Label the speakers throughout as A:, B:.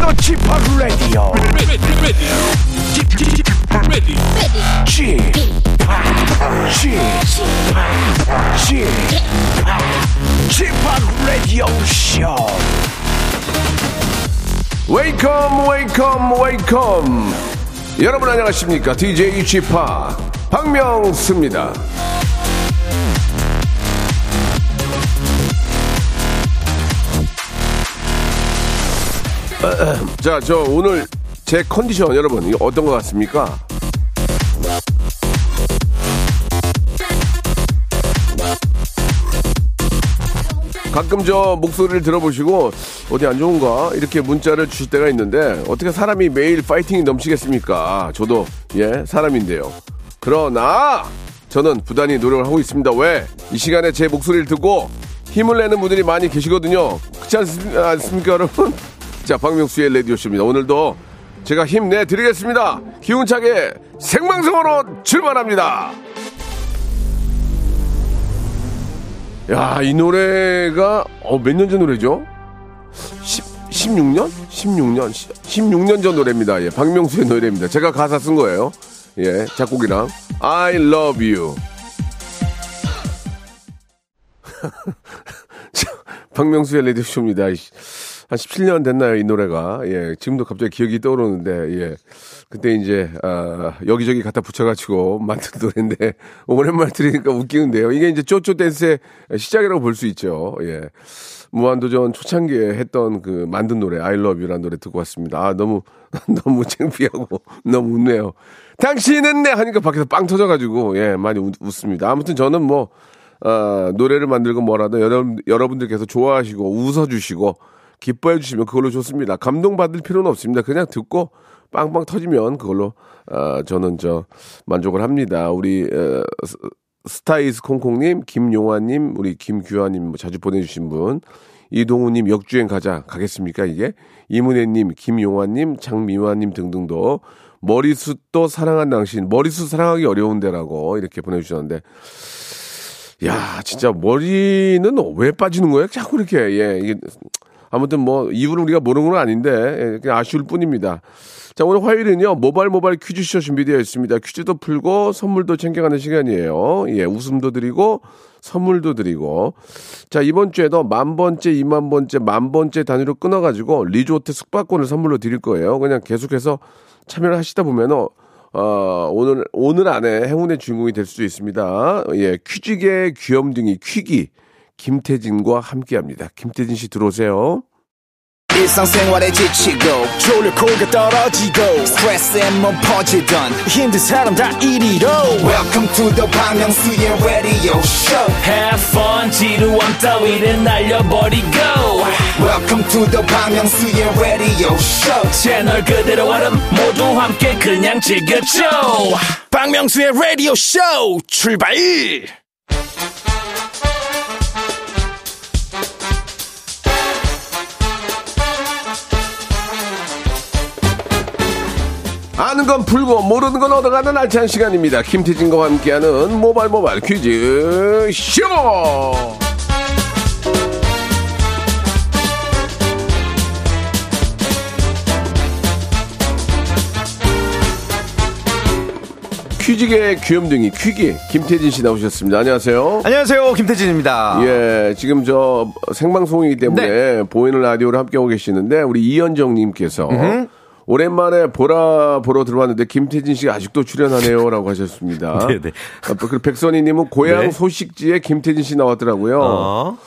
A: 더 지팍 라디오 지팍 지팍 지팍 라디오 쇼 웨이컴 웨이컴 웨이컴 여러분 안녕하십니까 DJ 지팍 박명수입니다 자, 저 오늘 제 컨디션 여러분 이거 어떤 것 같습니까? 가끔 저 목소리를 들어보시고 어디 안 좋은가 이렇게 문자를 주실 때가 있는데 어떻게 사람이 매일 파이팅이 넘치겠습니까? 저도 예 사람인데요. 그러나 저는 부단히 노력을 하고 있습니다. 왜? 이 시간에 제 목소리를 듣고 힘을 내는 분들이 많이 계시거든요. 그렇지 않습- 않습니까, 여러분? 자, 박명수의 레디오쇼입니다. 오늘도 제가 힘내 드리겠습니다. 기운차게 생방송으로 출발합니다. 야, 이 노래가 어, 몇 년 전 노래죠? 10, 16년? 16년? 16년 전 노래입니다. 예, 박명수의 노래입니다. 제가 가사 쓴 거예요. 예, 작곡이랑 I love you. 자, 박명수의 레디쇼입니다. 한 17년 됐나요, 이 노래가. 예, 지금도 갑자기 기억이 떠오르는데, 예. 그때 이제, 아, 여기저기 갖다 붙여가지고 만든 노래인데, 오랜만에 들으니까 웃기는데요. 이게 이제 쪼쪼 댄스의 시작이라고 볼 수 있죠. 예. 무한도전 초창기에 했던 그 만든 노래, I love you라는 노래 듣고 왔습니다. 아, 너무, 너무 창피하고, 너무 웃네요. 당신은 내 하니까 밖에서 빵 터져가지고, 예, 많이 웃- 웃습니다. 아무튼 저는 뭐, 아, 노래를 만들고 뭐라도 여러분, 여러분들께서 좋아하시고 웃어주시고 기뻐해 주시면 그걸로 좋습니다. 감동받을 필요는 없습니다. 그냥 듣고 빵빵 터지면 그걸로 아, 저는 저 만족을 합니다. 우리 에, 스- 스타이스 콩콩님, 김용화님, 우리 김규환님 뭐 자주 보내주신 분. 이동우님 역주행 가자 가겠습니까 이게 이문혜님 김용환님 장미화님 등등도 머리숱도 사랑한 당신 머리숱 사랑하기 어려운데라고 이렇게 보내주셨는데 야, 진짜 머리는 왜 빠지는 거예요? 자꾸 이렇게, 예, 이게, 아무튼 뭐, 이유를 우리가 모르는 건 아닌데, 예, 그냥 아쉬울 뿐입니다. 자, 오늘 화요일은요, 모발 모발 퀴즈쇼 준비되어 있습니다. 퀴즈도 풀고, 선물도 챙겨가는 시간이에요. 예, 웃음도 드리고, 선물도 드리고. 자, 이번 주에도 만 번째, 이만 번째, 만 번째 단위로 끊어가지고, 리조트 숙박권을 선물로 드릴 거예요. 그냥 계속해서 참여를 하시다 보면은, 어, 오늘, 오늘 안에 행운의 주인공이 될 수도 있습니다. 예, 퀴즈계 귀염둥이 퀴기, 김태진과 함께 합니다. 김태진 씨 들어오세요.
B: 일상생활에 지치고, 졸려 코가 떨어지고, 스트레스에 몸 퍼지던, 힘든 사람 다 이리로. welcome to the Bang Myung-soo's radio show
C: Have fun 지루함 따위를 날려버리고
B: welcome to the Bang Myung-soo's radio show
C: 채널 그대로 얼음 모두 함께 그냥 즐겨줘
D: 박명수의 라디오 쇼 출발!
A: 아는 건 풀고 모르는 건 얻어가는 알찬 시간입니다. 김태진과 함께하는 모발 모발 퀴즈 쇼. 퀴즈계 귀염둥이 퀴기 김태진 씨 나오셨습니다. 안녕하세요.
E: 안녕하세요, 김태진입니다.
A: 예, 지금 저 생방송이기 때문에
E: 네.
A: 보이는 라디오를 함께하고 계시는데 우리 이현정님께서 오랜만에 보라 보러 들어왔는데 김태진 씨가 아직도 출연하네요라고 하셨습니다.
E: 네, 네.
A: 아, 그리고 백선희님은 고향
E: 네.
A: 소식지에 김태진 씨 나왔더라고요.
E: 어,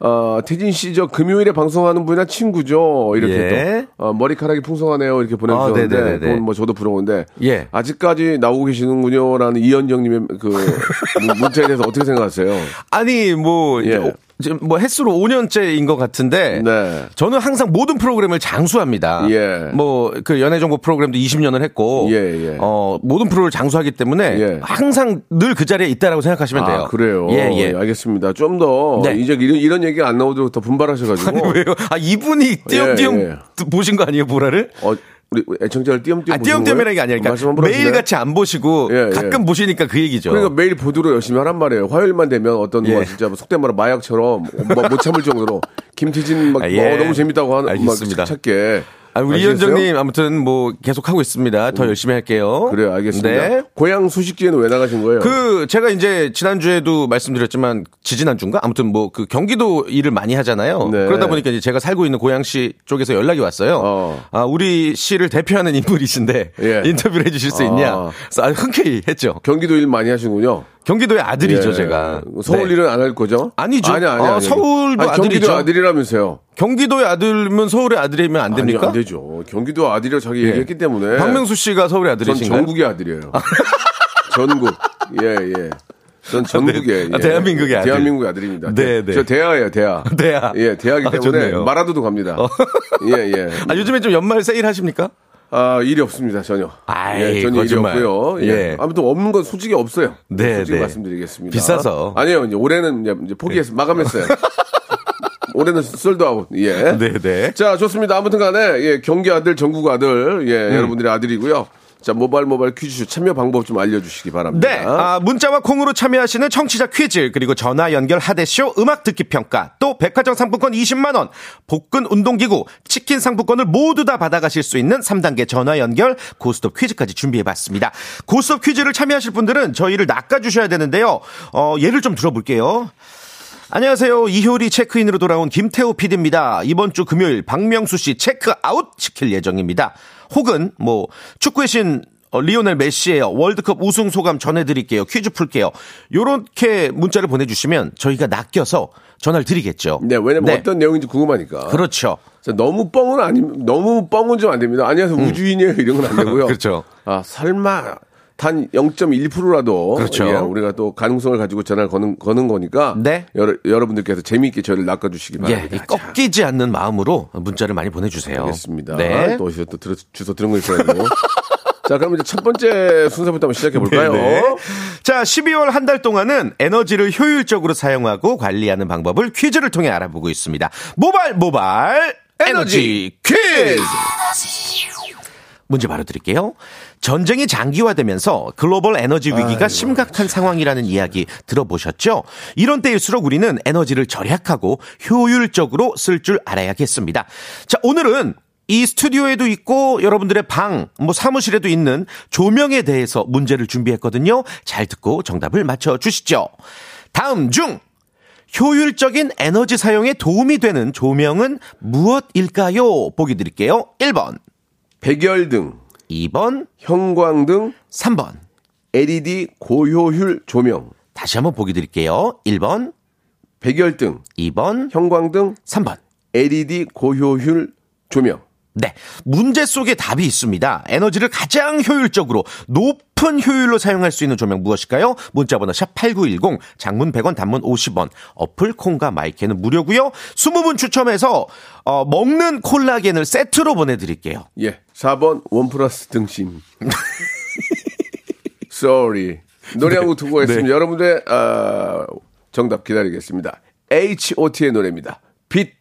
A: 아, 태진 씨 저 금요일에 방송하는 분이랑 친구죠. 이렇게
E: 예.
A: 또 아, 머리카락이 풍성하네요. 이렇게 보내주셨는데
E: 아, 네네네네.
A: 그건 뭐 저도 부러운데
E: 예.
A: 아직까지 나오고 계시는군요라는 이현정님의 그 문- 문자에 대해서 어떻게 생각하세요?
E: 아니, 뭐, 이제
A: 예.
E: 오- 지금 뭐 횟수로 5년째인 것 같은데.
A: 네.
E: 저는 항상 모든 프로그램을 장수합니다.
A: 예.
E: 뭐 그 연애 정보 프로그램도 20년을 했고,
A: 예, 예.
E: 어 모든 프로를 장수하기 때문에
A: 예.
E: 항상 늘 그 자리에 있다라고 생각하시면 돼요.
A: 아, 그래요?
E: 예, 예.
A: 예, 알겠습니다. 좀 더
E: 네.
A: 이제 이런, 이런 얘기가 안 나오도록 더 분발하셔가지고.
E: 왜요? 아 이분이 띄엄띄엄
A: 예,
E: 보신 거 아니에요, 보라를?
A: 어, 우리 애청자를 띄엄띄엄
E: 아
A: 보시는
E: 띄엄띄엄이라는 게
A: 거예요?
E: 아니라
A: 말씀 한번 해보실래요?
E: 매일 같이 안 보시고
A: 예, 예.
E: 가끔 보시니까 그 얘기죠.
A: 그러니까 매일 보도로 열심히 하란 말이에요. 화요일만 되면 어떤 누가
E: 예.
A: 진짜 뭐 속된 말로 마약처럼 뭐못 참을 정도로 김태진 막
E: 아, 예.
A: 어, 너무 재밌다고 하는 막
E: 알겠습니다.
A: 찾게
E: 아, 우리
A: 아시겠어요? 음.
E: 위원장님 아무튼 뭐 계속 하고 있습니다. 더 열심히 할게요.
A: 그래요, 알겠습니다.
E: 네.
A: 고향 소식지에는 왜 나가신 거예요?
E: 그 제가 이제 지난주에도 말씀드렸지만 지지난주인가 아무튼 뭐 그 경기도 일을 많이 하잖아요.
A: 네.
E: 그러다 보니까 이제 제가 살고 있는 고양시 쪽에서 연락이 왔어요.
A: 어.
E: 아 우리 시를 대표하는 인물이신데
A: 예.
E: 인터뷰를 해주실 수
A: 아.
E: 있냐? 그래서 아, 흔쾌히 했죠.
A: 경기도 일 많이 하시군요.
E: 경기도의 아들이죠
A: 예.
E: 제가.
A: 서울
E: 네.
A: 일은 안 할 거죠?
E: 아니죠.
A: 아니, 아니,
E: 아,
A: 아니.
E: 서울도
A: 아니, 경기도
E: 아들이죠.
A: 아들이라면서요.
E: 경기도의 아들면 서울의 아들이면 안 됩니까? 예.
A: 아니, 안 되죠. 경기도 아들이라 자기 얘기했기 때문에.
E: 박명수 씨가 서울의
A: 전
E: 아들이신가요?
A: 전국의 아들이에요. 전국. 예, 예. 전 전국의.
E: 아,
A: 예.
E: 대한민국의 아들.
A: 대한민국의 아들입니다.
E: 네, 네.
A: 저 대하예요, 대하.
E: 대하.
A: 예, 대하기
E: 아,
A: 때문에
E: 좋네요. 어.
A: 마라도도 갑니다. 예, 예.
E: 아 요즘에 좀 연말 세일 하십니까?
A: 아, 일이 없습니다, 전혀.
E: 아이,
A: 예, 전혀
E: 거짓말.
A: 일이 없고요. 예.
E: 예.
A: 아무튼 없는 건 솔직히 없어요.
E: 네,
A: 솔직히
E: 네.
A: 말씀드리겠습니다.
E: 비싸서. 네.
A: 아니요, 이제 올해는 이제- 이제 포기해서 마감했어요. 올해는 솔드아웃. 예.
E: 네, 네.
A: 자, 좋습니다. 아무튼 간에, 예, 경기 아들, 전국 아들, 예,
E: 음.
A: 여러분들의 아들이고요. 자, 모바일 모바일 퀴즈 참여 방법 좀 알려주시기 바랍니다.
E: 네. 아, 문자와 콩으로 참여하시는 청취자 퀴즈, 그리고 전화 연결 하대쇼 음악 듣기 평가, 또 백화점 상품권 20만원, 복근 운동기구, 치킨 상품권을 모두 다 받아가실 수 있는 3단계 전화 연결 고스톱 퀴즈까지 준비해봤습니다. 고스톱 퀴즈를 참여하실 분들은 저희를 낚아주셔야 되는데요. 어, 예를 좀 들어볼게요. 안녕하세요. 이효리 체크인으로 돌아온 김태호 PD입니다. 이번 주 금요일 박명수 씨 체크아웃 시킬 예정입니다. 혹은 뭐 축구의 신 어, 리오넬 메시예요. 월드컵 우승 소감 전해드릴게요. 퀴즈 풀게요. 요렇게 문자를 보내주시면 저희가 낚여서 전화를 드리겠죠.
A: 네, 왜냐면 어떤 내용인지 궁금하니까.
E: 그렇죠.
A: 자, 너무 뻥은 아니, 너무 뻥은 좀 안 됩니다. 안녕하세요, 우주인이에요. 이런 건 안 되고요.
E: 음. 그렇죠.
A: 아, 설마, 단 0.1%라도. 예,
E: 그렇죠.
A: 우리가 또 가능성을 가지고 전화를 거는, 거는 거니까.
E: 네.
A: 여러, 여러분들께서 재미있게 저를 낚아주시기
E: 예,
A: 바랍니다.
E: 이 꺾이지 않는 마음으로 문자를 많이 보내주세요.
A: 알겠습니다.
E: 네.
A: 또 어디서 또 들어, 주소 들은 거 있어야 되고. 자, 그럼 이제 첫 번째 순서부터 한번 시작해 볼까요?
E: 네. 자, 12월 한 달 동안은 에너지를 효율적으로 사용하고 관리하는 방법을 퀴즈를 통해 알아보고 있습니다. 모발 모발 에너지 퀴즈. 문제 바로 드릴게요. 전쟁이 장기화되면서 글로벌 에너지 위기가 심각한 상황이라는 이야기 들어보셨죠? 이런 때일수록 우리는 에너지를 절약하고 효율적으로 쓸 줄 알아야겠습니다. 자, 오늘은 이 스튜디오에도 있고 여러분들의 방, 뭐 사무실에도 있는 조명에 대해서 문제를 준비했거든요. 잘 듣고 정답을 맞춰 주시죠. 다음 중 효율적인 에너지 사용에 도움이 되는 조명은 무엇일까요? 보기 드릴게요. 1번,
A: 백열등,
E: 2번,
A: 형광등,
E: 3번.
A: LED 고효율 조명.
E: 다시 한번 보기 드릴게요. 1번,
A: 백열등,
E: 2번,
A: 형광등,
E: 3번.
A: LED 고효율 조명.
E: 네. 문제 속에 답이 있습니다. 에너지를 가장 효율적으로 높은 효율로 사용할 수 있는 조명 무엇일까요? 문자 번호 샵8910 장문 100원 단문 50원. 어플 콩과 마이크는 무료고요. 20분 추첨해서 어, 먹는 콜라겐을 세트로 보내 드릴게요.
A: 예. 4번 원 플러스 등심. Sorry. 노래 한 곡
E: 네.
A: 듣고 가겠습니다. 여러분들의 아, 정답 기다리겠습니다. H.O.T의 노래입니다. 빛.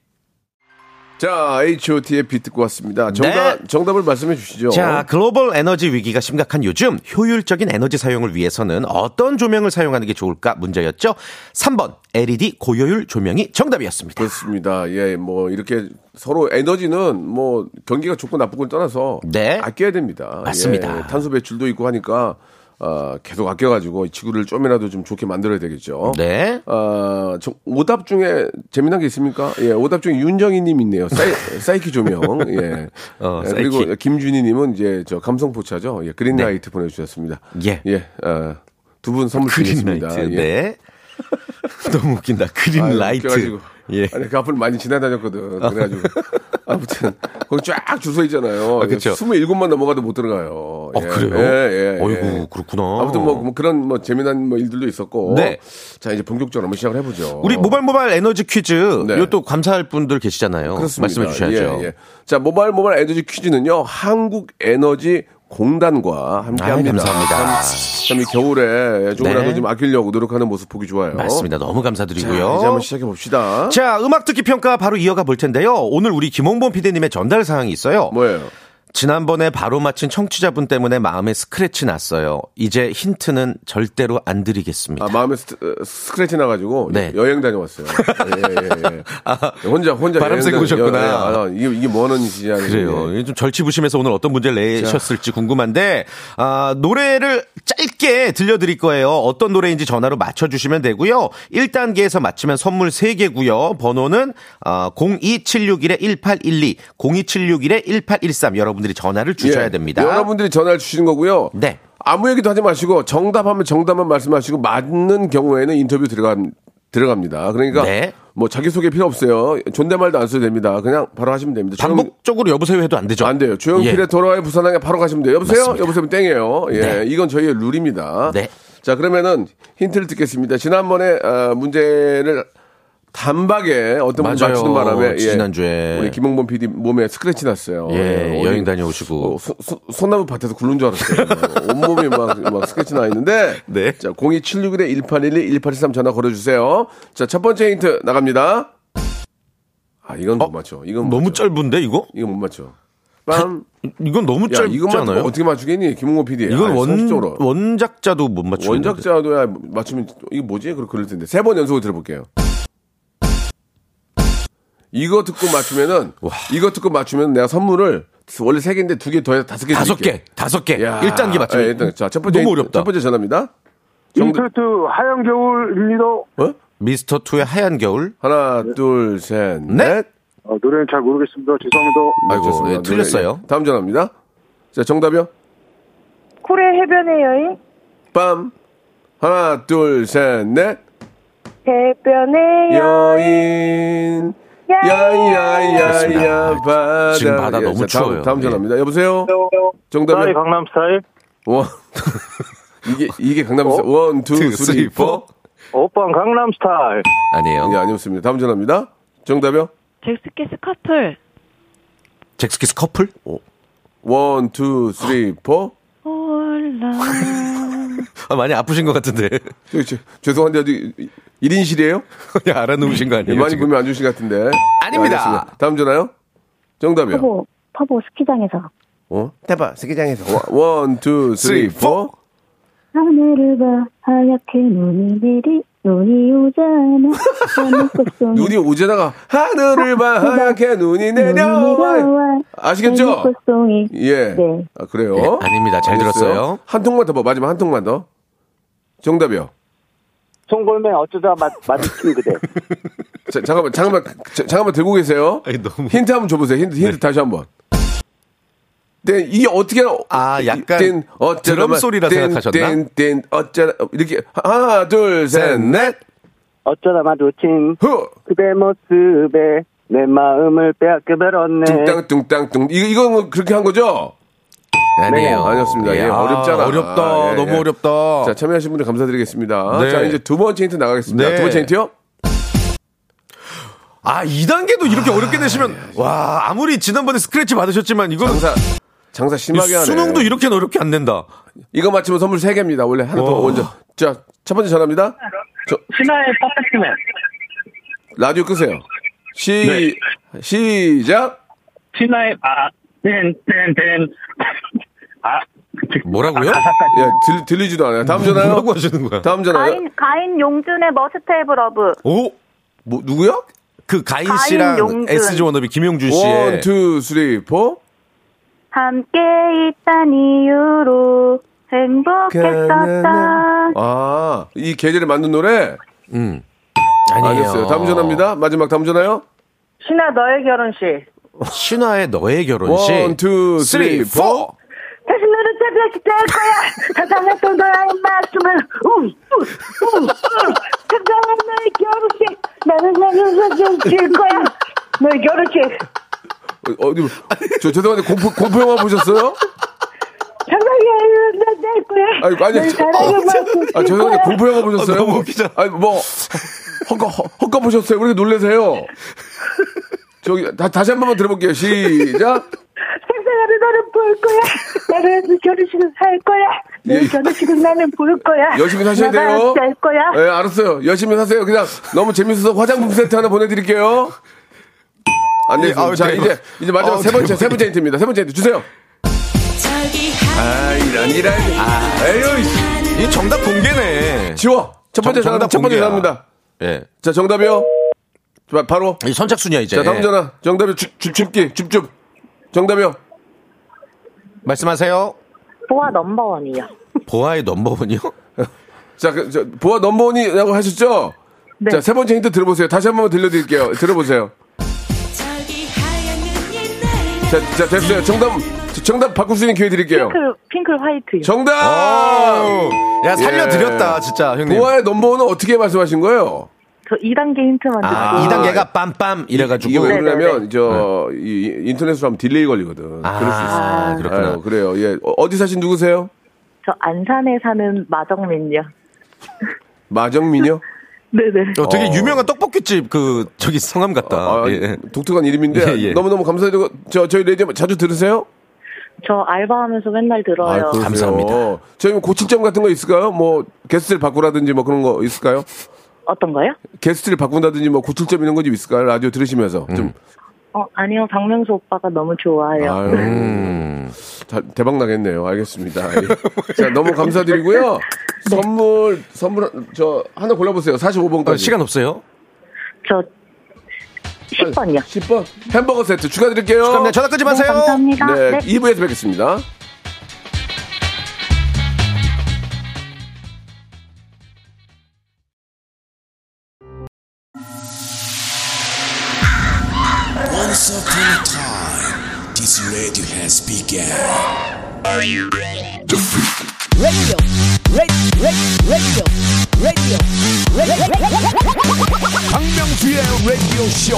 A: 자, H.O.T의 빛 듣고 왔습니다. 정답,
E: 네.
A: 정답을 말씀해 주시죠.
E: 자, 글로벌 에너지 위기가 심각한 요즘 효율적인 에너지 사용을 위해서는 어떤 조명을 사용하는 게 좋을까 문제였죠. 3번 LED 고효율 조명이 정답이었습니다.
A: 그렇습니다. 예, 뭐 이렇게 서로 에너지는 뭐 경기가 좋고 나쁘고를 떠나서
E: 네.
A: 아껴야 됩니다.
E: 맞습니다.
A: 예, 탄소 배출도 있고 하니까 어, 계속 아껴가지고 이 지구를 좀이라도 좀 좋게 만들어야 되겠죠.
E: 네.
A: 어, 저- 오답 중에 재미난 게 있습니까? 예, 오답 중에 윤정희님 있네요. 사이, 키 조명. 예.
E: 어,
A: 예, 그리고
E: 사이키.
A: 김준희님은 이제 저 감성 포차죠. 예, 그린라이트 보내주셨습니다.
E: 네.
A: 어,
E: 예.
A: 두 분 선물 드리겠습니다.
E: 그린라이트.
A: 예.
E: 네. 너무 웃긴다. 그린라이트.
A: 아, 웃겨가지고.
E: 예.
A: 아니 그 앞을 많이 지나다녔거든. 그래가지고 아무튼 거기 쫙 주소 있잖아요.
E: 아, 그쵸.
A: 27만 넘어가도 못 들어가요.
E: 아, 그래요?
A: 예, 예, 예.
E: 어이구, 그렇구나.
A: 아무튼 뭐, 뭐 그런 뭐 재미난 뭐 일들도 있었고.
E: 네.
A: 자 이제 본격적으로 한번 시작을 해보죠.
E: 우리 모발 모발 에너지 퀴즈
A: 어. 네.
E: 이것도 감사할 분들 계시잖아요.
A: 그렇습니다.
E: 말씀해 주셔야죠.
A: 예, 예. 자 모바일 모바일 에너지 퀴즈는요 한국 에너지 공단과 함께합니다.
E: 아이, 감사합니다.
A: 참이 겨울에 조금이라도
E: 네.
A: 좀 아끼려고 노력하는 모습 보기 좋아요.
E: 맞습니다. 너무
A: 자,
E: 감사드리고요.
A: 이제 한번 시작해 봅시다.
E: 자, 음악 듣기 평가 바로 이어가 볼 텐데요. 오늘 우리 김홍범 PD님의 전달 사항이 있어요.
A: 뭐예요?
E: 지난번에 바로 맞힌 청취자분 때문에 마음에 스크래치 났어요. 이제 힌트는 절대로 안 드리겠습니다.
A: 아, 마음에 스, 어, 스크래치 나가지고
E: 네.
A: 여행 다녀왔어요. 예, 예, 예. 혼자, 혼자.
E: 바람
A: 여행
E: 쐬고
A: 다녀-
E: 오셨구나.
A: 예, 아, 이게, 이게 뭐는 짓이냐.
E: 그래요.
A: 네.
E: 이게 좀 절치부심해서 오늘 어떤 문제를 내셨을지 궁금한데 아, 노래를 짧게 들려드릴 거예요. 어떤 노래인지 전화로 맞춰주시면 되고요. 1단계에서 맞추면 선물 3개고요. 번호는 아, 02761-1812, 02761-1813 여러분들이 전화를 주셔야 됩니다.
A: 예. 여러분들이 전화를 주시는 거고요.
E: 네.
A: 아무 얘기도 하지 마시고 정답하면 정답만 말씀하시고 맞는 경우에는 인터뷰 들어간 들어갑니다. 그러니까
E: 네.
A: 뭐 자기 소개 필요 없어요. 존댓말도 안 써도 됩니다. 그냥 바로 하시면 됩니다.
E: 반복적으로 여보세요 해도 안 되죠?
A: 조용- 안 돼요. 조용필의
E: 예.
A: 돌아와의 부산항에 바로 가시면 돼요. 여보세요?
E: 맞습니다.
A: 여보세요? 땡이에요. 예.
E: 네.
A: 이건 저희의 룰입니다.
E: 네.
A: 자, 그러면은 힌트를 듣겠습니다. 지난번에 어, 문제를 단박에 어떤 분
E: 맞아요.
A: 맞추는 바람에 예.
E: 지난주에.
A: 우리 김홍범 PD 몸에 스크래치 났어요.
E: 예,
A: 어디-
E: 여행 다녀오시고.
A: 어, 소- 소- 소나무 밭에서 굴른 줄 알았어요. 온몸이 막, 막 스케치 나 있는데.
E: 네.
A: 자, 02761에 1812, 1813 전화 걸어주세요. 자, 첫 번째 힌트 나갑니다. 아, 이건 못 맞춰. 이건 못
E: 어? 너무
A: 맞춰.
E: 짧은데 이거?
A: 이건 못 맞춰. 빰.
E: 이건 너무
A: 야, 이건 맞추면
E: 짧잖아요.
A: 어떻게 맞추겠니? 김홍호 PD.
E: 이건
A: 아니, 성적으로.
E: 원, 원작자도 못 맞추는 건데.
A: 원작자도야 맞추면 이거 뭐지? 그럴 그럴 텐데. 세 번 연속으로 들어볼게요. 이거 듣고 맞추면은 이거 듣고 맞추면 내가 선물을 원래 세 개인데 두 개 더해서 다섯 개
E: 다섯
A: 드릴게요.
E: 개, 다섯 개.
A: 야.
E: 1단계 맞추면.
A: 예, 일단 자, 첫 번째
E: 너무
A: 힌트,
E: 어렵다.
A: 첫 번째 전화입니다. 정답.
F: 인트로트 하얀 겨울입니다.
A: 어?
E: 미스터 투의 하얀 겨울.
A: 하나, 둘, 셋,
E: 넷.
A: 넷.
F: 어, 노래는 잘 모르겠습니다. 죄송합니다.
E: 네, 아이고,
A: 맞췄습니다.
E: 예, 틀렸어요.
A: 네, 다음 전화입니다. 자, 정답이요?
G: 코레 해변의 여인,
A: 빰. 하나, 둘, 셋, 넷.
G: 해변의 여인.
A: 여인. 야야야야 바다.
E: 지금 바다
A: 예,
E: 너무
A: 자, 다음,
E: 추워요.
A: 다음
E: 예.
A: 전화입니다. 여보세요.
F: 스타일
A: 정답이요?
F: 네, 강남 스타일.
A: 원. 이게 이게 강남에서
E: 어?
A: 원, 투, 쓰리, 포.
F: 오빠 강남 스타일.
E: 아니에요.
A: 예, 아니었습니다. 다음 전화입니다. 정답이요?
G: 잭스키스 커플.
E: 잭스키스 커플?
A: 원, 투, 쓰리, 포.
G: 올라.
E: 아, 많이 아프신 것 같은데.
A: 저, 저, 죄송한데 아직 1인실이에요?
E: 그냥 알아놓으신 거 아니에요?
A: 많이
E: 예, 지금?
A: 보면 안 주신 것 같은데. 네,
E: 아닙니다.
A: 알겠습니다. 다음 전화요? 정답이요.
G: 파보, 파보 스키장에서.
A: 어? 대박. 스키장에서. 원, 투, 쓰리,
E: 쓰리, 포.
A: 포.
G: 하늘을 봐, 하얗게 눈이 내리, 눈이 오잖아. 하늘 꽃송이.
A: 눈이 오제다가 하늘을 봐 하얗게 아, 눈이 내려와.
G: 내려와.
A: 아시겠죠?
G: 하늘 꽃송이.
A: 예.
G: 네.
A: 아, 그래요?
E: 예, 아닙니다. 잘
A: 알겠어요.
E: 들었어요.
A: 한 통만 더 봐. 마지막 한 통만 더. 정답이요.
F: 송골매 어쩌다 맞, 마주친 그대.
A: 자, 잠깐만, 잠깐만, 자, 잠깐만 들고 계세요.
E: 아니, 너무-
A: 힌트 한번 줘보세요. 힌트, 힌트 다시 한 번. 네, 이게 어떻게
E: 아, 약간 드럼 소리라 생각하셨나?
A: 땡, 어쩌나 이렇게 하나 둘셋넷
F: 어쩌다 마주친
A: 후.
F: 그대 모습에 내 마음을 빼앗겨 버렸네.
A: 뚱땅 뚱땅 뚱. 이거 이건 그렇게 한 거죠?
E: 아니에요.
A: 아니었습니다. 예,
E: 야,
A: 어렵잖아.
E: 어렵다.
A: 아, 예,
E: 너무
A: 예.
E: 어렵다.
A: 자 참여하신 분들 감사드리겠습니다.
E: 네.
A: 자 이제 두 번째 힌트 나가겠습니다.
E: 네.
A: 두 번째 힌트요?
E: 아, 2단계도 이렇게 어렵게 내시면, 와, 아무리 지난번에 스크래치 받으셨지만, 이건
A: 아, 예, 장사 장사 심하게 하네.
E: 수능도 이렇게 어렵게 안 낸다.
A: 이거 맞히면 선물 세 개입니다. 원래 하나 더
E: 오.
A: 먼저. 자 첫 번째 전화입니다. 저
F: 신화의 퍼펙트맨.
A: 라디오 끄세요. 시
E: 네.
A: 시작.
F: 신화의 아, 댄, 댄, 댄. 아,
E: 뭐라고요?
A: 예, 들, 들리지도 않아요. 다음 전화요.
E: 뭐라고 하시는 거야?
A: 다음 전화요.
G: 가인, 가인 용준의 머스트 해브 러브.
E: 오!
A: 뭐 누구요?
E: 그 가인
G: 가인
E: 씨랑
G: 용준.
E: SG 원업이 김용준 씨의
A: 원, 투, 쓰리, 포.
G: 함께 있단 이유로
A: 네,
G: 행복했었다.
A: 아, 이 계절에 맞는 노래?
E: 아니에요.
A: 알겠어요. 다음 전화입니다. 마지막 다음 전화요.
G: 신아 너의 결혼식.
E: 신화의 너의 결혼식.
A: 원, 투, 쓰리, 포.
E: 쓰리, 포.
G: 다시 너를 찾아 기대할 거야. 사랑했던 너의 말씀을 사랑한 너의 결혼식. 나는 나는 사줄 거야. 너의 결혼식.
A: 어, 어디, 저 죄송한데 공포, 공포 영화 보셨어요?
G: 사랑해 될 거야.
A: 아니, 아니,
G: 너의
A: 저- 어,
G: 사랑을 받고
A: 아,
G: 싶을
A: 죄송한데
G: 거야.
A: 공포 영화 보셨어요?
E: 아, 너무 웃기잖아.
A: 아니, 뭐, 헛가, 헛가 보셨어요? 왜 이렇게 놀라세요? 저기, 다, 다시 한 번만 들어볼게요. 시작.
G: 생생하는 너를 볼 거야. 나는 결혼식을 할 거야.
A: 예.
G: 내 결혼식을 나는 볼 거야.
A: 열심히 사셔야 돼요.
G: 나가 할 거야.
A: 예, 알았어요. 열심히 사세요. 그냥 너무 재밌어서 화장품 세트 하나 보내드릴게요. 안
E: 예,
A: 되겠습니다.
E: 아우,
A: 자,
E: 대박.
A: 이제, 이제 마지막
E: 예, 아우,
A: 세 번째, 세
E: 대박이다.
A: 번째 힌트입니다. 세 번째 힌트 주세요. 아, 이런, 이런. 아, 에휴, 이씨.
E: 이 정답 공개네.
A: 지워! 첫 번째
E: 정-
A: 정답,
E: 정답
A: 첫 번째
E: 공개야.
A: 정답입니다.
E: 예.
A: 자, 정답이요. 자, 바로.
E: 이 선착순이야 이제.
A: 자, 다음 전화. 정답이 줍, 줍, 줍기, 줍줍. 정답이요.
E: 말씀하세요.
G: 보아 넘버원이요.
E: 보아의 넘버원이요?
A: 자, 그, 저, 보아 넘버원이라고 하셨죠?
G: 네.
A: 자, 세 번째 힌트 들어보세요. 다시 한 번 들려드릴게요. 들어보세요. 자, 자, 됐어요. 정답, 정답 바꿀 수 있는 기회 드릴게요.
G: 핑클, 핑클 화이트요.
A: 정답!
E: 야 살려드렸다 진짜 아, 형님.
A: 아. 예. 보아의 넘버원은 어떻게 말씀하신 거예요?
G: 저 2단계 힌트만 듣고.
E: 아, 2단계가 빰빰
A: 이게
E: 이래가지고.
A: 왜
G: 네, 네,
A: 그러냐면, 저, 이, 이- 인터넷으로 하면 딜레이 걸리거든. 그럴 수 있어.
E: 아, 그렇구나.
A: 아유, 그래요. 예. 어, 어디 사신 누구세요?
G: 저 안산에 사는 마정민요.
A: 마정민이요?
G: 네네.
E: 어, 되게 유명한 떡볶이집 그 저기 성함 같다.
A: 아,
E: 예.
A: 독특한 이름인데
E: 예, 예.
A: 너무너무 감사드리고 저, 저희 레디오 자주 들으세요? 네.
G: 저 알바하면서 맨날 들어요.
A: 아, 그러세요.
E: 감사합니다.
A: 저희 뭐 고친점 같은 거 있을까요? 뭐 게스트를 바꾸라든지 뭐 그런 거 있을까요?
G: 어떤 거요?
A: 게스트를 바꾼다든지 뭐 고칠점 이런 거 좀 있을까요? 라디오 들으시면서 좀
G: 어, 아니요. 박명수 오빠가 너무
E: 음.
G: 좋아요.
A: 아유,
G: 음.
A: 자, 대박 나겠네요. 알겠습니다. 예. 자 너무
G: 네.
A: 감사드리고요. 선물 선물 한- 저 하나 골라보세요. 45번까지
E: 어, 시간 없어요?
G: 저 10번이요.
A: 10번 햄버거 세트 축하드릴게요.
E: 그럼 네, 전화 끄지 마세요.
G: 감사합니다.
A: 네,
G: 네.
A: 2부에서 뵙겠습니다.
H: Once upon a time, this radio has begun. 방명수의 라디오 쇼.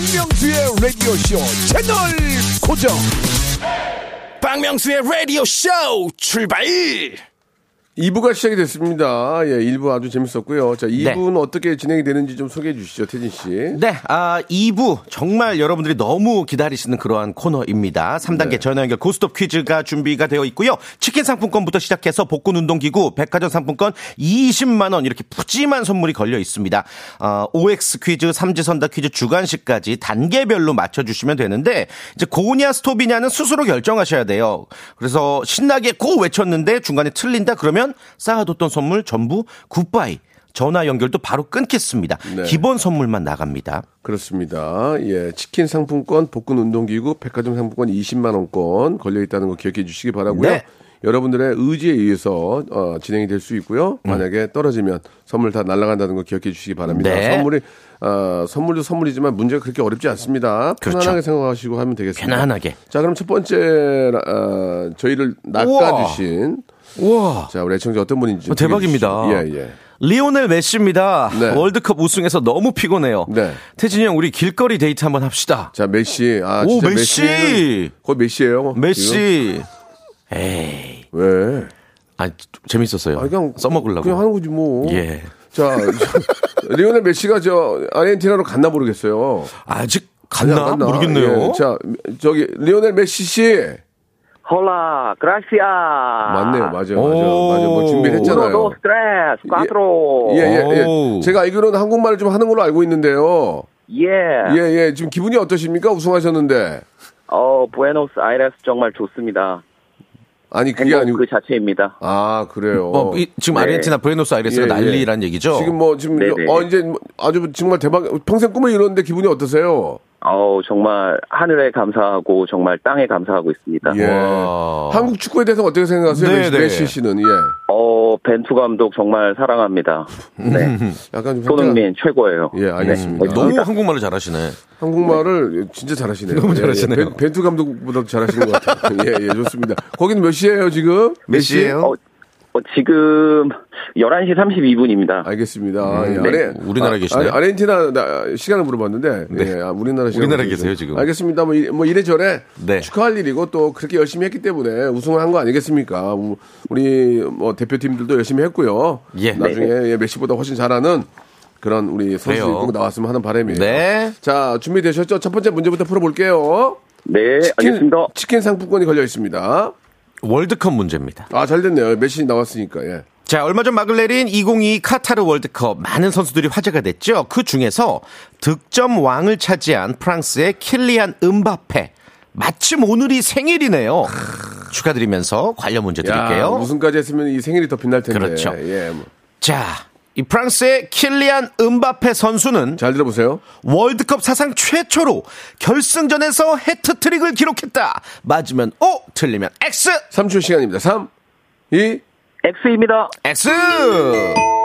H: 방명수의 라디오 쇼 채널 고정.
D: 박명수의 라디오 쇼 출발
A: 2부가 시작이 됐습니다. 예, 1부 아주 재밌었고요. 자, 2부는 어떻게 진행이 되는지 좀 소개해 주시죠, 태진 씨.
E: 네, 아, 2부. 정말 여러분들이 너무 기다리시는 그러한 코너입니다. 3단계 전화 연결 고스톱 퀴즈가 준비가 되어 있고요. 치킨 상품권부터 시작해서 복근 운동기구, 백화점 상품권 20만원 이렇게 푸짐한 선물이 걸려 있습니다. 아, OX 퀴즈, 삼지선다 퀴즈, 주간식까지 단계별로 맞춰주시면 되는데, 이제 고냐 스톱이냐는 스스로 결정하셔야 돼요. 그래서 신나게 고 외쳤는데 중간에 틀린다 그러면 쌓아뒀던 선물 전부 굿바이. 전화 연결도 바로 끊겠습니다.
A: 네.
E: 기본 선물만 나갑니다.
A: 그렇습니다. 예, 치킨 상품권, 복근 운동기구, 백화점 상품권 20만 원권 걸려 있다는 거 기억해 주시기 바라고요.
E: 네.
A: 여러분들의 의지에 의해서 어, 진행이 될 수 있고요.
E: 음.
A: 만약에 떨어지면 선물 다 날아간다는 거 기억해 주시기 바랍니다.
E: 네.
A: 선물이 어, 선물도 선물이지만 문제가 그렇게 어렵지 않습니다.
E: 그렇죠.
A: 편안하게 생각하시고 하면 되겠습니다.
E: 편안하게.
A: 자, 그럼 첫 번째 어, 저희를 낚아주신
E: 우와.
A: 자, 우리 애청자 어떤 분인지
E: 어, 대박입니다.
A: 소개해 주시죠. 예, 예.
E: 리오넬 메시입니다.
A: 네.
E: 월드컵 우승해서 너무 피곤해요.
A: 네.
E: 태진이 형, 우리 길거리 데이트 한번 합시다.
A: 자, 메시. 아,
E: 오,
A: 진짜
E: 메시!
A: 메시는 거의 메시예요. 지금?
E: 메시. 에이.
A: 왜?
E: 아, 재밌었어요.
A: 아, 그냥
E: 써먹으려고.
A: 그냥 하는 거지 뭐.
E: 예.
A: 자, 저, 리오넬 메시가 저 아르헨티나로 갔나 모르겠어요.
E: 아직
A: 그냥
E: 갔나?
A: 갔나? 예.
E: 모르겠네요.
A: 자, 저기 리오넬 메시 씨.
F: Hola, gracias.
A: 맞네요. 맞아요. 맞아요.
E: 오.
A: 맞아요. 뭐 준비를
F: Uno,
A: 했잖아요.
F: dos, tres, cuatro.
A: 예, 예, 예.
E: 오.
A: 제가 알기로는 한국말을 좀 하는 걸로 알고 있는데요.
F: Yeah.
A: 예, 예. 지금 기분이 어떠십니까? 우승하셨는데.
F: 어, 부에노스 아이레스 정말 좋습니다.
A: 아니, 그게
F: 행복
A: 아니고.
F: 그 자체입니다.
A: 아, 그래요.
E: 어, 이- 지금
F: 네.
E: 아르헨티나 부에노스 아이레스가
A: 예, 예.
E: 난리란 얘기죠?
A: 지금 뭐 지금
F: 네네.
A: 어 이제 뭐 아주 정말 대박 평생 꿈을 이뤘는데 기분이 어떠세요?
F: 어우, 정말 하늘에 감사하고 정말 땅에 감사하고 있습니다.
A: 예.
E: 와.
A: 한국 축구에 대해서 어떻게 생각하세요?
E: 네네.
A: 메시 씨는 예.
F: 어, 벤투 감독 정말 사랑합니다. 네.
A: 약간 좀
F: 손흥민 최고예요.
A: 그러니까 예, 알겠습니다.
F: 네.
E: 너무 한국말을 잘하시네.
A: 한국말을 진짜 잘하시네요.
E: 너무
A: 예, 예.
E: 잘하시네요.
A: 벤- 벤투 감독보다도 잘하시는 것 같아요. 예, 예, 좋습니다. 거기는 몇 시예요, 지금?
E: 메시예요
F: 어, 어, 지금 11시 32분입니다.
A: 알겠습니다. 예,
E: 네. 우리나라에
A: 아,
E: 계시나요? 네.
A: 아니, 아르헨티나 나- 시간을 물어봤는데 예, 아, 우리나라 시간
E: 우리나라에 계세요, 지금.
A: 알겠습니다. 뭐, 이- 뭐 이래저래
E: 네.
A: 축하할 일이고 또 그렇게 열심히 했기 때문에 우승을 한 거 아니겠습니까? 우- 우리 뭐 대표팀들도 열심히 했고요.
E: 예.
A: 나중에
F: 네.
A: 예, 메시보다 훨씬 잘하는 그런 우리 선수들이
E: 그래요.
A: 꼭 나왔으면 하는 바람이에요.
E: 네.
A: 자 준비되셨죠? 첫 번째 문제부터 풀어볼게요.
F: 네, 알겠습니다.
A: 치킨 상품권이 걸려 있습니다.
E: 월드컵 문제입니다.
A: 아 잘 됐네요. 메시 나왔으니까 예.
E: 자, 얼마 전 막을 내린 2022 카타르 월드컵 많은 선수들이 화제가 됐죠. 그 중에서 득점 왕을 차지한 프랑스의 킬리안 음바페. 마침 오늘이 생일이네요. 축하드리면서 관련 문제 드릴게요.
A: 무슨까지 했으면 이 생일이 더 빛날 텐데.
E: 그렇죠.
A: 예, 뭐.
E: 자, 이 프랑스의 킬리안 음바페 선수는
A: 잘 들어보세요.
E: 월드컵 사상 최초로 결승전에서 해트트릭을 기록했다. 맞으면 O, 틀리면 X.
A: 3초 시간입니다. 3, 2,
F: X입니다.
E: X.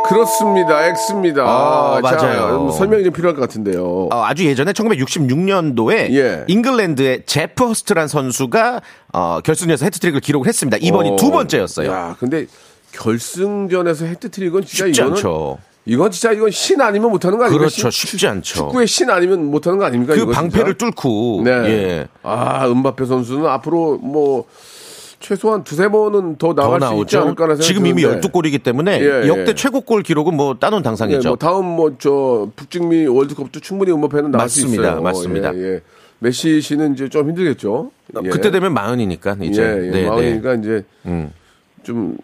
A: 그렇습니다. X입니다.
E: 아,
A: 자,
E: 맞아요.
A: 뭐 설명이 좀 필요할 것 같은데요.
E: 어, 아주 예전에 1966년도에
A: 예.
E: 잉글랜드의 제프 허스트란 선수가 어, 결승전에서 해트트릭을 기록했습니다. 이번이
A: 어,
E: 두 번째였어요.
A: 야, 근데 결승전에서 헤트트릭은 진짜
E: 쉽지
A: 이거는
E: 않죠.
A: 이건 진짜 이건 신 아니면 못하는 거 아닙니까?
E: 그렇죠.
A: 신-
E: 쉽지 않죠.
A: 축구의 신 아니면 못하는 거 아닙니까?
E: 그
A: 이거
E: 방패를
A: 진짜?
E: 뚫고
A: 네.
E: 예.
A: 아, 은바페 선수는 앞으로 뭐 최소한 두세 번은 더
E: 더
A: 나갈 수 있지
E: 나오죠.
A: 않을까라는 생각이
E: 지금 이미
A: 드는데.
E: 12골이기 때문에
A: 예, 예.
E: 역대 최고골 기록은 뭐 따놓은
A: 네,
E: 당상이죠.
A: 뭐 다음 뭐 저 북중미 월드컵도 충분히 은바페는 나갈 수
E: 맞습니다.
A: 있어요.
E: 맞습니다. 아,
A: 예, 예. 메시 씨는 이제 좀 힘들겠죠. 예.
E: 그때 되면 마흔이니까 이제
A: 예, 예.
E: 네, 음.
A: 마흔이니까 이제 좀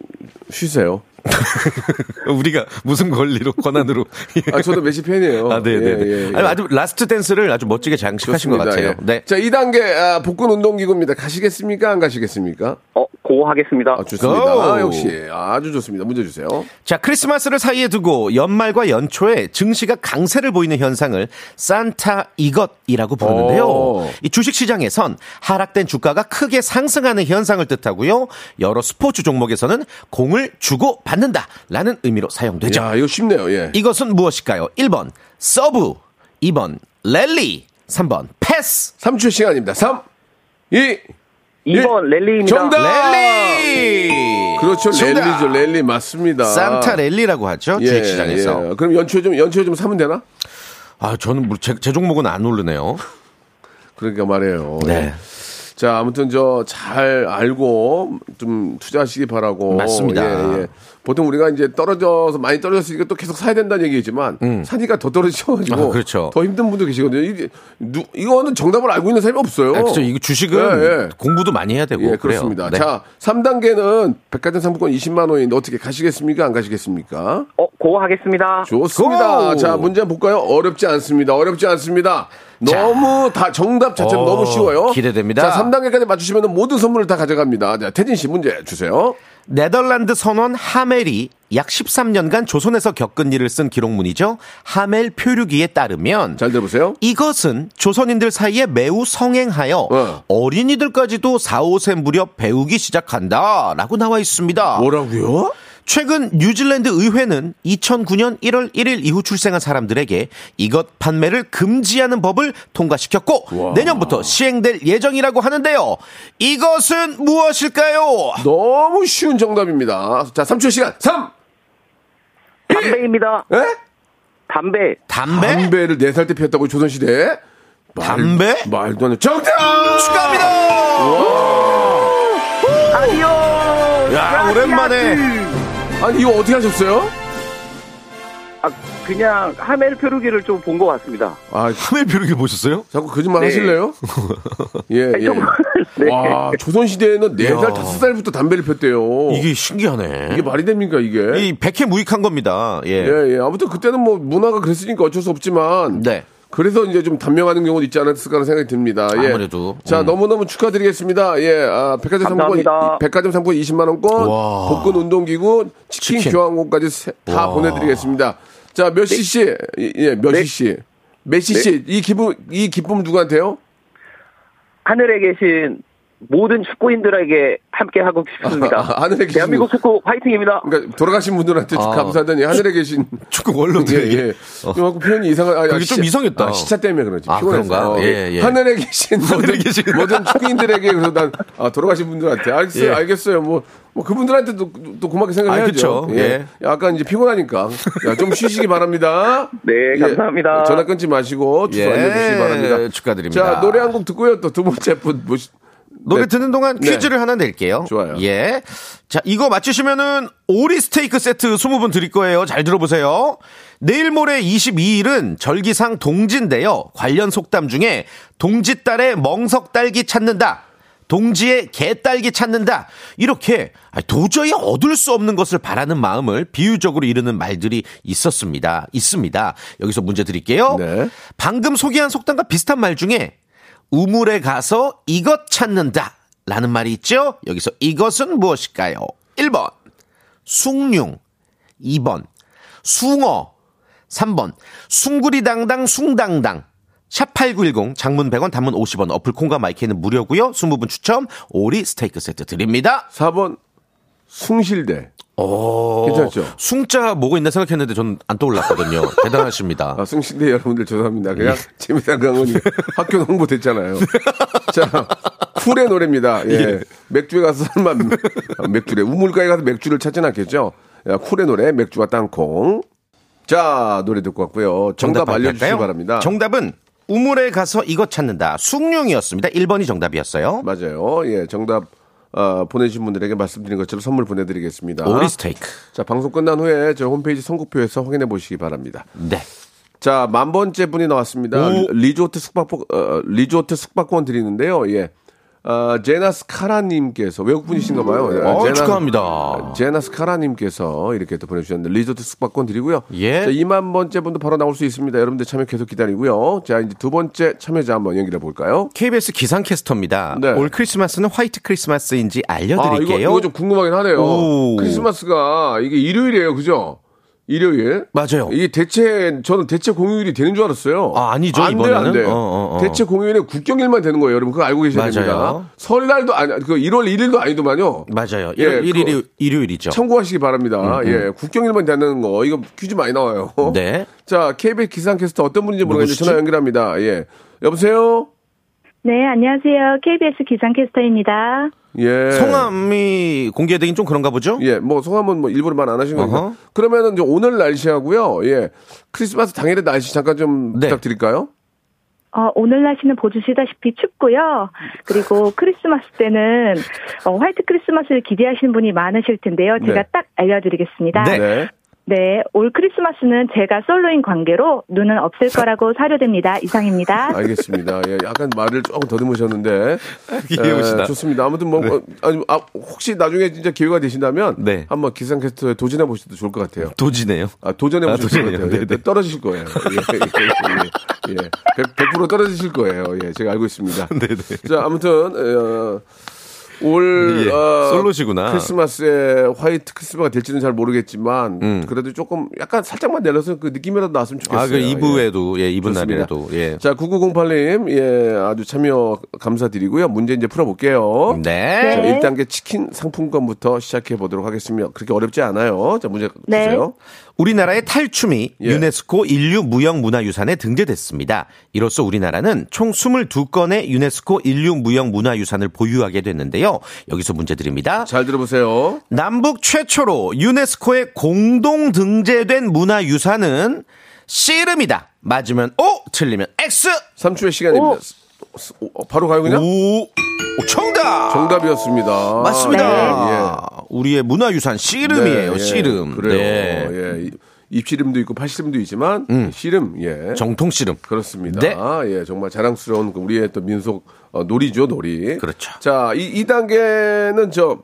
A: 쉬세요.
E: 네. 우리가 무슨 권리로 권한으로
A: 아, 저도 메시 팬이에요.
E: 아, 네, 네, 네.
A: 예, 예, 예.
E: 아니, 아주 라스트 댄스를 아주 멋지게 장식하신 것
A: 좋습니다.
E: 같아요.
A: 예.
E: 네.
A: 자, 2단계 아, 복근 운동기구입니다. 가시겠습니까? 안 가시겠습니까?
F: 어, 고 하겠습니다.
A: 아, 좋습니다.
E: 고! 예.
A: 역시 아주 좋습니다. 문제 주세요.
E: 자, 크리스마스를 사이에 두고 연말과 연초에 증시가 강세를 보이는 현상을 산타 이것이라고
A: 오.
E: 부르는데요. 이 주식 시장에선 하락된 주가가 크게 상승하는 현상을 뜻하고요. 여러 스포츠 종목에서는 공을 주고 받는다라는 의미로 사용되죠.
A: 야, 이거 쉽네요. 예.
E: 이것은 무엇일까요? 1번 서브, 2번 랠리, 3번 패스.
A: 3초 시간입니다. 3, 2,
F: 2번 랠리입니다.
A: 예, 정답!
E: 랠리.
A: 그렇죠.
E: 정답!
A: 랠리죠. 랠리 맞습니다.
E: 산타 랠리라고 하죠.
A: 예,
E: 주식 시장에서.
A: 예. 그럼 연초에 좀, 연초에 좀 사면 되나?
E: 아, 저는 뭐 제, 제 종목은 안 오르네요.
A: 그러니까 말이에요.
E: 네.
A: 자, 아무튼 저 잘 알고 좀 투자하시기 바라고.
E: 맞습니다.
A: 예, 예. 보통 우리가 이제 떨어져서 많이 떨어졌으니까 또 계속 사야 된다는 얘기지만 사니까 더 떨어지셔가지고
E: 음. 아, 그렇죠.
A: 더 힘든 분도 계시거든요. 이게 누, 이거는 정답을 알고 있는 사람이 없어요.
E: 아, 그렇죠. 이거 주식은
A: 예, 예.
E: 공부도 많이 해야 되고
A: 예,
E: 그래요.
A: 그렇습니다.
E: 네.
A: 자, 3단계는 백화점 상품권 20만 원인데 어떻게 가시겠습니까? 안 가시겠습니까?
F: 어, 고 하겠습니다.
A: 좋습니다.
E: 고!
A: 자, 문제 한번 볼까요? 어렵지 않습니다. 어렵지 않습니다. 너무 다 정답 자체가
E: 어,
A: 너무 쉬워요.
E: 기대됩니다.
A: 자, 3단계까지 맞추시면 모든 선물을 다 가져갑니다. 자, 태진 씨 문제 주세요.
E: 네덜란드 선원 하멜이 약 13년간 조선에서 겪은 일을 쓴 기록문이죠. 하멜 표류기에 따르면
A: 잘 들어보세요.
E: 이것은 조선인들 사이에 매우 성행하여
A: 네.
E: 어린이들까지도 4, 5세 무렵 배우기 시작한다라고 나와 있습니다.
A: 뭐라고요?
E: 최근 뉴질랜드 의회는 2009년 1월 1일 이후 출생한 사람들에게 이것 판매를 금지하는 법을 통과시켰고 내년부터 시행될 예정이라고 하는데요. 이것은 무엇일까요?
A: 너무 쉬운 정답입니다. 자, 3초 시간. 3!
F: 담배입니다.
A: 에?
F: 담배.
E: 담배?
A: 담배를 4살 때 피웠다고 조선시대에? 말-
E: 담배?
A: 말도 안 돼. 정답!
E: 축하합니다. 야
A: 아,
E: 오랜만에
A: 아니, 이거 어떻게 하셨어요?
F: 아, 그냥 하멜 표류기를 좀 본 것 같습니다.
A: 아,
E: 하멜 벼룩이 보셨어요?
A: 자꾸 거짓말
F: 네.
A: 하실래요? 예, 예.
F: 네.
A: 와, 조선시대에는 네살
E: 이야.
A: 다섯 살부터 담배를 폈대요.
E: 이게 신기하네.
A: 어. 이게 말이 됩니까, 이게?
E: 이 백해 무익한 겁니다. 예.
A: 예, 예. 아무튼 그때는 뭐 문화가 그랬으니까 어쩔 수 없지만.
E: 네.
A: 그래서 이제 좀 단명하는 경우도 있지 않았을까라는 생각이 듭니다. 예.
E: 아무래도.
A: 자,
E: 음.
A: 너무너무 축하드리겠습니다. 예. 아, 백화점 상품권,
F: 감사합니다.
A: 이- 백화점 상품권 20만원권,
E: 와.
A: 복근 운동기구, 치킨,
E: 치킨. 네.
A: 교환권까지 세- 다 보내드리겠습니다. 자, 몇 cc? 예, 몇
F: 네.
A: cc? 몇 cc? 이 기쁨, 이 기쁨 누구한테요?
F: 하늘에 계신 모든 축구인들에게 함께 하고 싶습니다.
A: 아, 하늘에 계신
F: 대한민국 축구 화이팅입니다.
A: 그러니까 돌아가신 분들한테
E: 아.
A: 감사하더니 하늘에 계신
E: 축구
A: 예,
E: 원로들에게
A: 예. 이거 갖고 표현이 이상한. 아,
E: 네, 어. 그게 좀 이상했다.
A: 아, 시차 때문에 그러지.
E: 아,
A: 피곤해서.
E: 그런가? 예, 예.
A: 하늘에 계신 모든,
E: 계신.
A: 모든 축구인들에게 그래서 난 아, 돌아가신 분들한테 알겠어요,
E: 예. 아,
A: 알겠어요. 뭐, 뭐 그분들한테도 또 고맙게 생각해야죠.
E: 그쵸. 예.
A: 약간 이제 피곤하니까 야, 좀 쉬시기 바랍니다. 예. 어,
F: 네, 감사합니다.
A: 전화 끊지 마시고 주소
E: 예,
A: 알려주시기 바랍니다.
E: 축하드립니다.
A: 자 노래 한 곡 듣고요. 또 두 번째 분 모시.
E: 노래
A: 네.
E: 듣는 동안
A: 네.
E: 퀴즈를 하나 낼게요.
A: 좋아요.
E: 예. 자, 이거 맞추시면은 오리 스테이크 세트 20분 드릴 거예요. 잘 들어보세요. 내일 모레 22일은 절기상 동지인데요. 관련 속담 중에 동지 딸의 멍석 딸기 찾는다. 동지의 개딸기 찾는다. 이렇게 도저히 얻을 수 없는 것을 바라는 마음을 비유적으로 이르는 말들이 있었습니다. 있습니다. 여기서 문제 드릴게요.
A: 네.
E: 어? 방금 소개한 속담과 비슷한 말 중에 우물에 가서 이것 찾는다. 라는 말이 있죠? 여기서 이것은 무엇일까요? 1번, 숭늉. 2번, 숭어. 3번, 숭구리당당, 숭당당. 샵8910 장문 100원 단문 50원 어플 콩과 마이크는 무료고요. 20분 추첨 오리 스테이크 세트 드립니다.
A: 4번 숭실대.
E: 오.
A: 괜찮죠?
E: 숭자 뭐가 있나 생각했는데 저는 안 떠올랐거든요. 대단하십니다.
A: 아, 숭실대 여러분들 죄송합니다.
E: 예.
A: 그냥 재미난 강은 학교 홍보됐잖아요. 자, 쿨의 노래입니다. 예. 맥주에 가서 설마 아, 맥주래. 우물가에 가서 맥주를 찾진 않겠죠? 야, 쿨의 노래 맥주와 땅콩. 자, 노래 듣고 왔고요. 정답, 알려주시기
E: 발표할까요?
A: 바랍니다.
E: 정답은 우물에 가서 이것 찾는다. 숭룡이었습니다. 1번이 정답이었어요.
A: 맞아요. 예, 정답 어, 보내주신 분들에게 말씀드린 것처럼 선물 보내드리겠습니다.
E: 오리 스테이크.
A: 자, 방송 끝난 후에 저희 홈페이지 선곡표에서 확인해 보시기 바랍니다.
E: 네.
A: 자, 만 번째 분이 나왔습니다.
E: 오.
A: 리조트 숙박권, 어, 리조트 숙박권 드리는데요. 예. 아, 제나스 카라님께서 외국 분이신가 봐요. 예,
E: 어, 축하합니다.
A: 제나스 카라님께서 이렇게 또 보내주셨는데 리조트 숙박권 드리고요.
E: 예.
A: 자, 2만 번째 분도 바로 나올 수 있습니다. 여러분들 참여 계속 기다리고요. 자, 이제 두 번째 참여자 한번 연결해 볼까요?
E: KBS 기상캐스터입니다.
A: 네.
E: 올 크리스마스는 화이트 크리스마스인지 알려드릴게요.
A: 아, 이거, 이거 좀 궁금하긴 하네요.
E: 오.
A: 크리스마스가 이게 일요일이에요, 그죠? 일요일.
E: 맞아요.
A: 이게 대체 저는 대체 공휴일이 되는 줄 알았어요.
E: 아, 아니죠,
A: 안 돼요, 안
E: 이번에는?
A: 돼요.
E: 어, 어, 어.
A: 대체 공휴일에 국경일만 되는 거예요, 여러분. 그거 알고 계셔야
E: 맞아요.
A: 됩니다. 설날도 아니, 그 1월 1일도 아니더만요.
E: 맞아요.
A: 예,
E: 1월 1일이
A: 그거
E: 일요일이죠.
A: 참고하시기 바랍니다. 예, 국경일만 되는 거 이거 퀴즈 많이 나와요.
E: 네.
A: 자, KBS 기상캐스터 어떤 분인지 모르겠는데
E: 누구시죠?
A: 전화 연결합니다. 예, 여보세요.
I: 네, 안녕하세요. KBS 기상캐스터입니다.
A: 예.
E: 성함이 공개되긴 좀 그런가 보죠?
A: 예, 뭐 성함은 뭐 일부러 말 안 하신 거니까.
E: 어허.
A: 그러면은 이제 오늘 날씨하고요. 예. 크리스마스 당일의 날씨 잠깐 좀
E: 네.
A: 부탁드릴까요?
I: 어, 오늘 날씨는 보시다시피 춥고요. 그리고 크리스마스 때는 어, 화이트 크리스마스를 기대하시는 분이 많으실 텐데요. 제가
A: 네.
I: 딱 알려드리겠습니다.
E: 네.
I: 네, 올 크리스마스는 제가 솔로인 관계로 눈은 없을
A: 아.
I: 거라고 사료됩니다. 이상입니다.
A: 알겠습니다. 예, 약간 말을 조금 더듬으셨는데.
E: 귀여우시다.
A: 예, 좋습니다. 아무튼 뭐 어, 아니 아, 혹시 나중에 진짜 기회가 되신다면
E: 네.
A: 한번 기상캐스터에 도전해 보셔도 좋을 것 같아요.
E: 도지네요.
A: 아, 도전해
E: 아,
A: 보실 것
E: 도전이요.
A: 같아요. 예,
E: 네네.
A: 떨어지실 거예요. 예, 예, 예, 예. 100, 100% 떨어지실 거예요. 예, 제가 알고 있습니다.
E: 네네.
A: 자, 아무튼 어, 올
E: 예,
A: 어,
E: 솔로시구나.
A: 크리스마스에 화이트 크리스마스가 될지는 잘 모르겠지만 그래도 조금 약간 살짝만 내려서 그 느낌이라도 났으면 좋겠어요.
E: 음. 아, 그 2부에도, 예, 2부
A: 좋습니다.
E: 날이라도, 예.
A: 자, 9908님, 예, 아주 참여 감사드리고요. 문제 이제 풀어볼게요. 자,
E: 네.
A: 1단계 치킨 상품권부터 시작해 보도록 하겠습니다. 그렇게 어렵지 않아요. 자, 문제
I: 네.
A: 주세요.
E: 우리나라의 탈춤이
A: 예.
E: 유네스코 인류 무형 문화유산에 등재됐습니다. 이로써 우리나라는 총 22건의 유네스코 인류 무형 문화유산을 보유하게 됐는데요. 여기서 문제 드립니다.
A: 잘 들어보세요.
E: 남북 최초로 유네스코에 공동 등재된 문화유산은 씨름이다. 맞으면 O, 틀리면 X.
A: 3초의 시간입니다.
I: 오.
A: 스- 오, 바로 가요, 그냥?
E: 오, 오, 정답.
A: 정답이었습니다.
E: 맞습니다.
A: 예.
E: 우리의 문화유산 씨름이에요.
A: 예,
E: 씨름.
A: 그래요.
E: 네. 음.
A: 예. 입씨름도 있고 팔씨름도 있지만 씨름, 예.
E: 정통 씨름.
A: 그렇습니다.
E: 네.
A: 예, 정말 자랑스러운 그 우리의 또 민속 어, 놀이죠, 놀이.
E: 그렇죠.
A: 자, 이, 이 단계는 저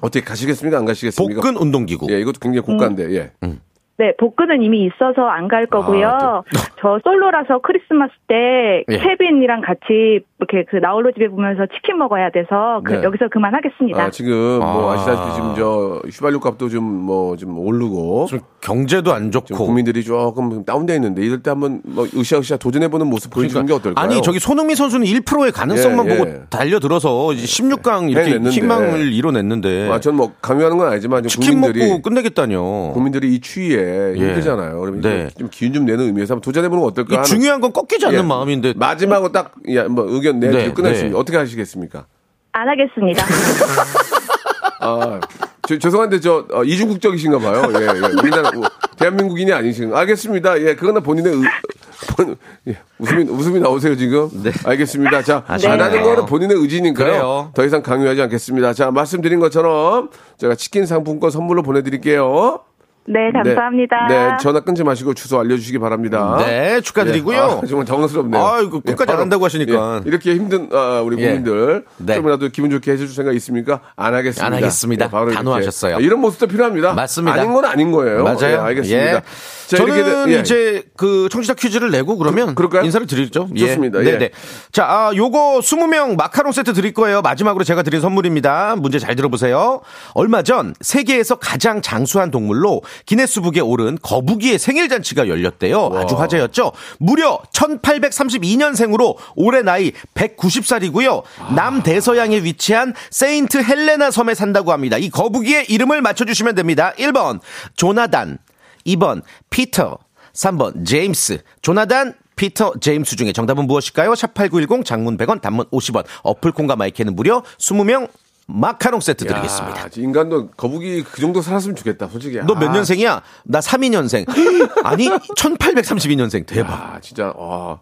A: 어떻게 가시겠습니까? 안 가시겠습니까?
E: 복근 음. 운동기구.
A: 예, 이것도 굉장히 고가인데. 예.
I: 네, 복근은 이미 있어서 안 갈 거고요.
A: 아,
I: 저 솔로라서 크리스마스 때
E: 예.
I: 케빈이랑 같이 이렇게 그 나홀로 집에 보면서 치킨 먹어야 돼서 그-
A: 네.
I: 여기서 그만하겠습니다.
A: 아, 지금 뭐
E: 아.
A: 아시다시피 지금 저 휘발유 값도 좀 뭐 좀 오르고
E: 좀 경제도 안
A: 지금
E: 좋고.
A: 국민들이 조금 다운돼 있는데 이럴 때 한번 뭐 으쌰으쌰 도전해보는 모습 보여주는 게 어떨까요?
E: 그러니까 아니 저기 손흥민 선수는 1%의 가능성만
A: 예, 예.
E: 보고 달려들어서 이제 16강 이렇게
A: 해냈는데.
E: 희망을 이뤄냈는데
A: 아, 전뭐 강요하는 건 아니지만 좀
E: 네. 치킨
A: 국민들이
E: 먹고 끝내겠다뇨. 예.
A: 국민들이 이 추위에 힘들잖아요. 그러면
E: 네.
A: 좀 기운 좀 내는 의미에서 한번 도전해보는 건 어떨까?
E: 이
A: 하는-
E: 중요한 건 꺾이지 않는
A: 예.
E: 마음인데
A: 마지막으로 딱 예, 뭐 의견 내고
E: 네,
A: 끝났습니다.
E: 네.
A: 어떻게 하시겠습니까?
I: 안 하겠습니다.
A: 아, 저- 죄송한데 저 어, 이중국적이신가 봐요. 예, 예. 우리나라 어, 대한민국인이 아니신. 알겠습니다. 예, 그거는 본인의 의, 본, 예, 웃음이 웃음이 나오세요 지금. 알겠습니다. 자,
E: 네. 아쉽네요.
A: 안 하는 거는 본인의 의지니까요.
E: 그래요.
A: 더 이상 강요하지 않겠습니다. 자, 말씀드린 것처럼 제가 치킨 상품권 선물로 보내드릴게요.
I: 네,
A: 네.
I: 감사합니다.
A: 네, 전화 끊지 마시고 주소 알려주시기 바랍니다.
E: 네, 축하드리고요.
A: 아, 정말 당황스럽네요.
E: 아이고, 끝까지
A: 바로,
E: 안 한다고 하시니까.
A: 예, 이렇게 힘든 아, 우리
E: 예.
A: 국민들
E: 네.
A: 조금이라도 기분 좋게 해줄 생각 있습니까? 안 하겠습니다. 예,
E: 안 하겠습니다.
A: 이렇게. 아,
E: 단호하셨어요.
A: 이런 모습도 필요합니다.
E: 맞습니다.
A: 아닌 건 아닌 거예요.
E: 맞아요.
A: 예, 알겠습니다.
E: 예. 저는
A: 이렇게, 예.
E: 이제 그 청취자 퀴즈를 내고 그러면
A: 그- 그럴까요?
E: 인사를 드리죠.
A: 좋습니다. 예.
E: 네, 네. 자, 아, 요거 20명 마카롱 세트 드릴 거예요. 마지막으로 제가 드린 선물입니다. 문제 잘 들어보세요. 얼마 전 세계에서 가장 장수한 동물로 기네스북에 오른 거북이의 생일 잔치가 열렸대요. 아주 화제였죠. 무려 1832년생으로 올해 나이 190살이고요.
A: 아.
E: 남대서양에 위치한 세인트 헬레나 섬에 산다고 합니다. 이 거북이의 이름을 맞춰 주시면 됩니다. 1번 조나단 2번 피터 3번 제임스 조나단 피터 제임스 중에 정답은 무엇일까요? 샵8910 장문 100원 단문 50원 어플 콩과 마이크는 무려 20명 마카롱 세트 드리겠습니다.
A: 아, 인간도 거북이 그 정도 살았으면 좋겠다. 솔직히.
E: 너 몇
A: 아,
E: 년생이야? 나 32년생. 아니 1832년생 대박.
A: 아, 진짜 와.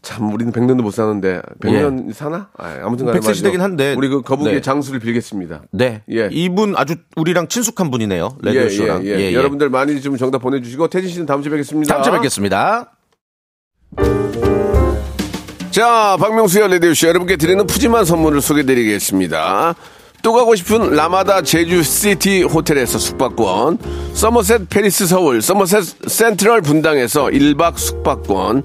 A: 참 우리는 100년도 못 사는데 100년 사나? 아, 아무튼 간에
E: 100세
A: 말이죠.
E: 시대긴 예. 한데.
A: 우리 그 거북이의
E: 네.
A: 장수를 빌겠습니다.
E: 네.
A: 예.
E: 이분 아주 우리랑 친숙한 분이네요. 레디오쇼랑.
A: 예, 예, 예. 여러분들 많이 좀 정답 보내주시고 태진 씨는 다음 주에 뵙겠습니다.
E: 다음 주에 뵙겠습니다.
A: 자, 박명수의 레디오 씨 여러분께 드리는 푸짐한 선물을 소개드리겠습니다. 또 가고 싶은 라마다 제주 시티 호텔에서 숙박권, 서머셋 페리스 서울, 서머셋 센트럴 분당에서 1박 숙박권,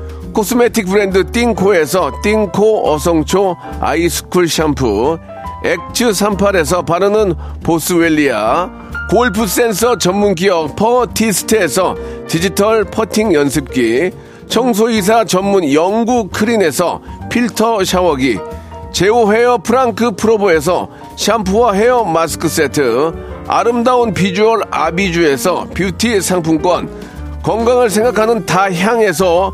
A: 코스메틱 브랜드 띵코에서 띵코 어성초 아이스쿨 샴푸 액츠 38에서 바르는 보스웰리아 골프 센서 전문 기업 퍼티스트에서 디지털 퍼팅 연습기 청소이사 전문 영구 크린에서 필터 샤워기 제오 헤어 프랑크 프로보에서 샴푸와 헤어 마스크 세트 아름다운 비주얼 아비주에서 뷰티 상품권 건강을 생각하는 다향에서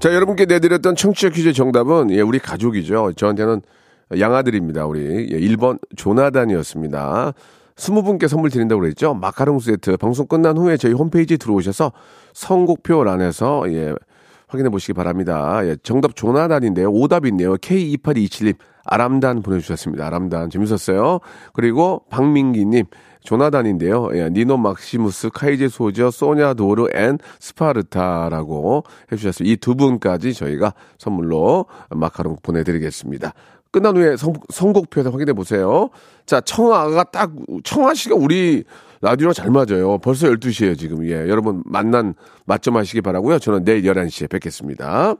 A: 자, 여러분께 내드렸던 청취자 퀴즈 정답은 예, 우리 가족이죠. 저한테는 양아들입니다. 우리 예, 1번 조나단이었습니다. 20분께 선물 드린다고 그랬죠. 마카롱 세트 방송 끝난 후에 저희 홈페이지 들어오셔서 선곡표란에서 예, 확인해 보시기 바랍니다. 예, 정답 조나단인데요. 오답이 있네요. K28227님 아람단 보내주셨습니다. 아람단 재밌었어요. 그리고 박민기님 조나단인데요. 예, 니노 막시무스, 카이제 소저, 소냐 도르 앤 스파르타라고 해주셨어요. 이 두 분까지 저희가 선물로 마카롱 보내드리겠습니다. 끝난 후에 선, 선곡표에서 확인해 보세요. 자, 청아가 딱, 청아 씨가 우리 라디오랑 잘 맞아요. 벌써 12시예요, 지금. 예, 여러분 만난 맞점 하시기 바라고요 저는 내일 11시에 뵙겠습니다.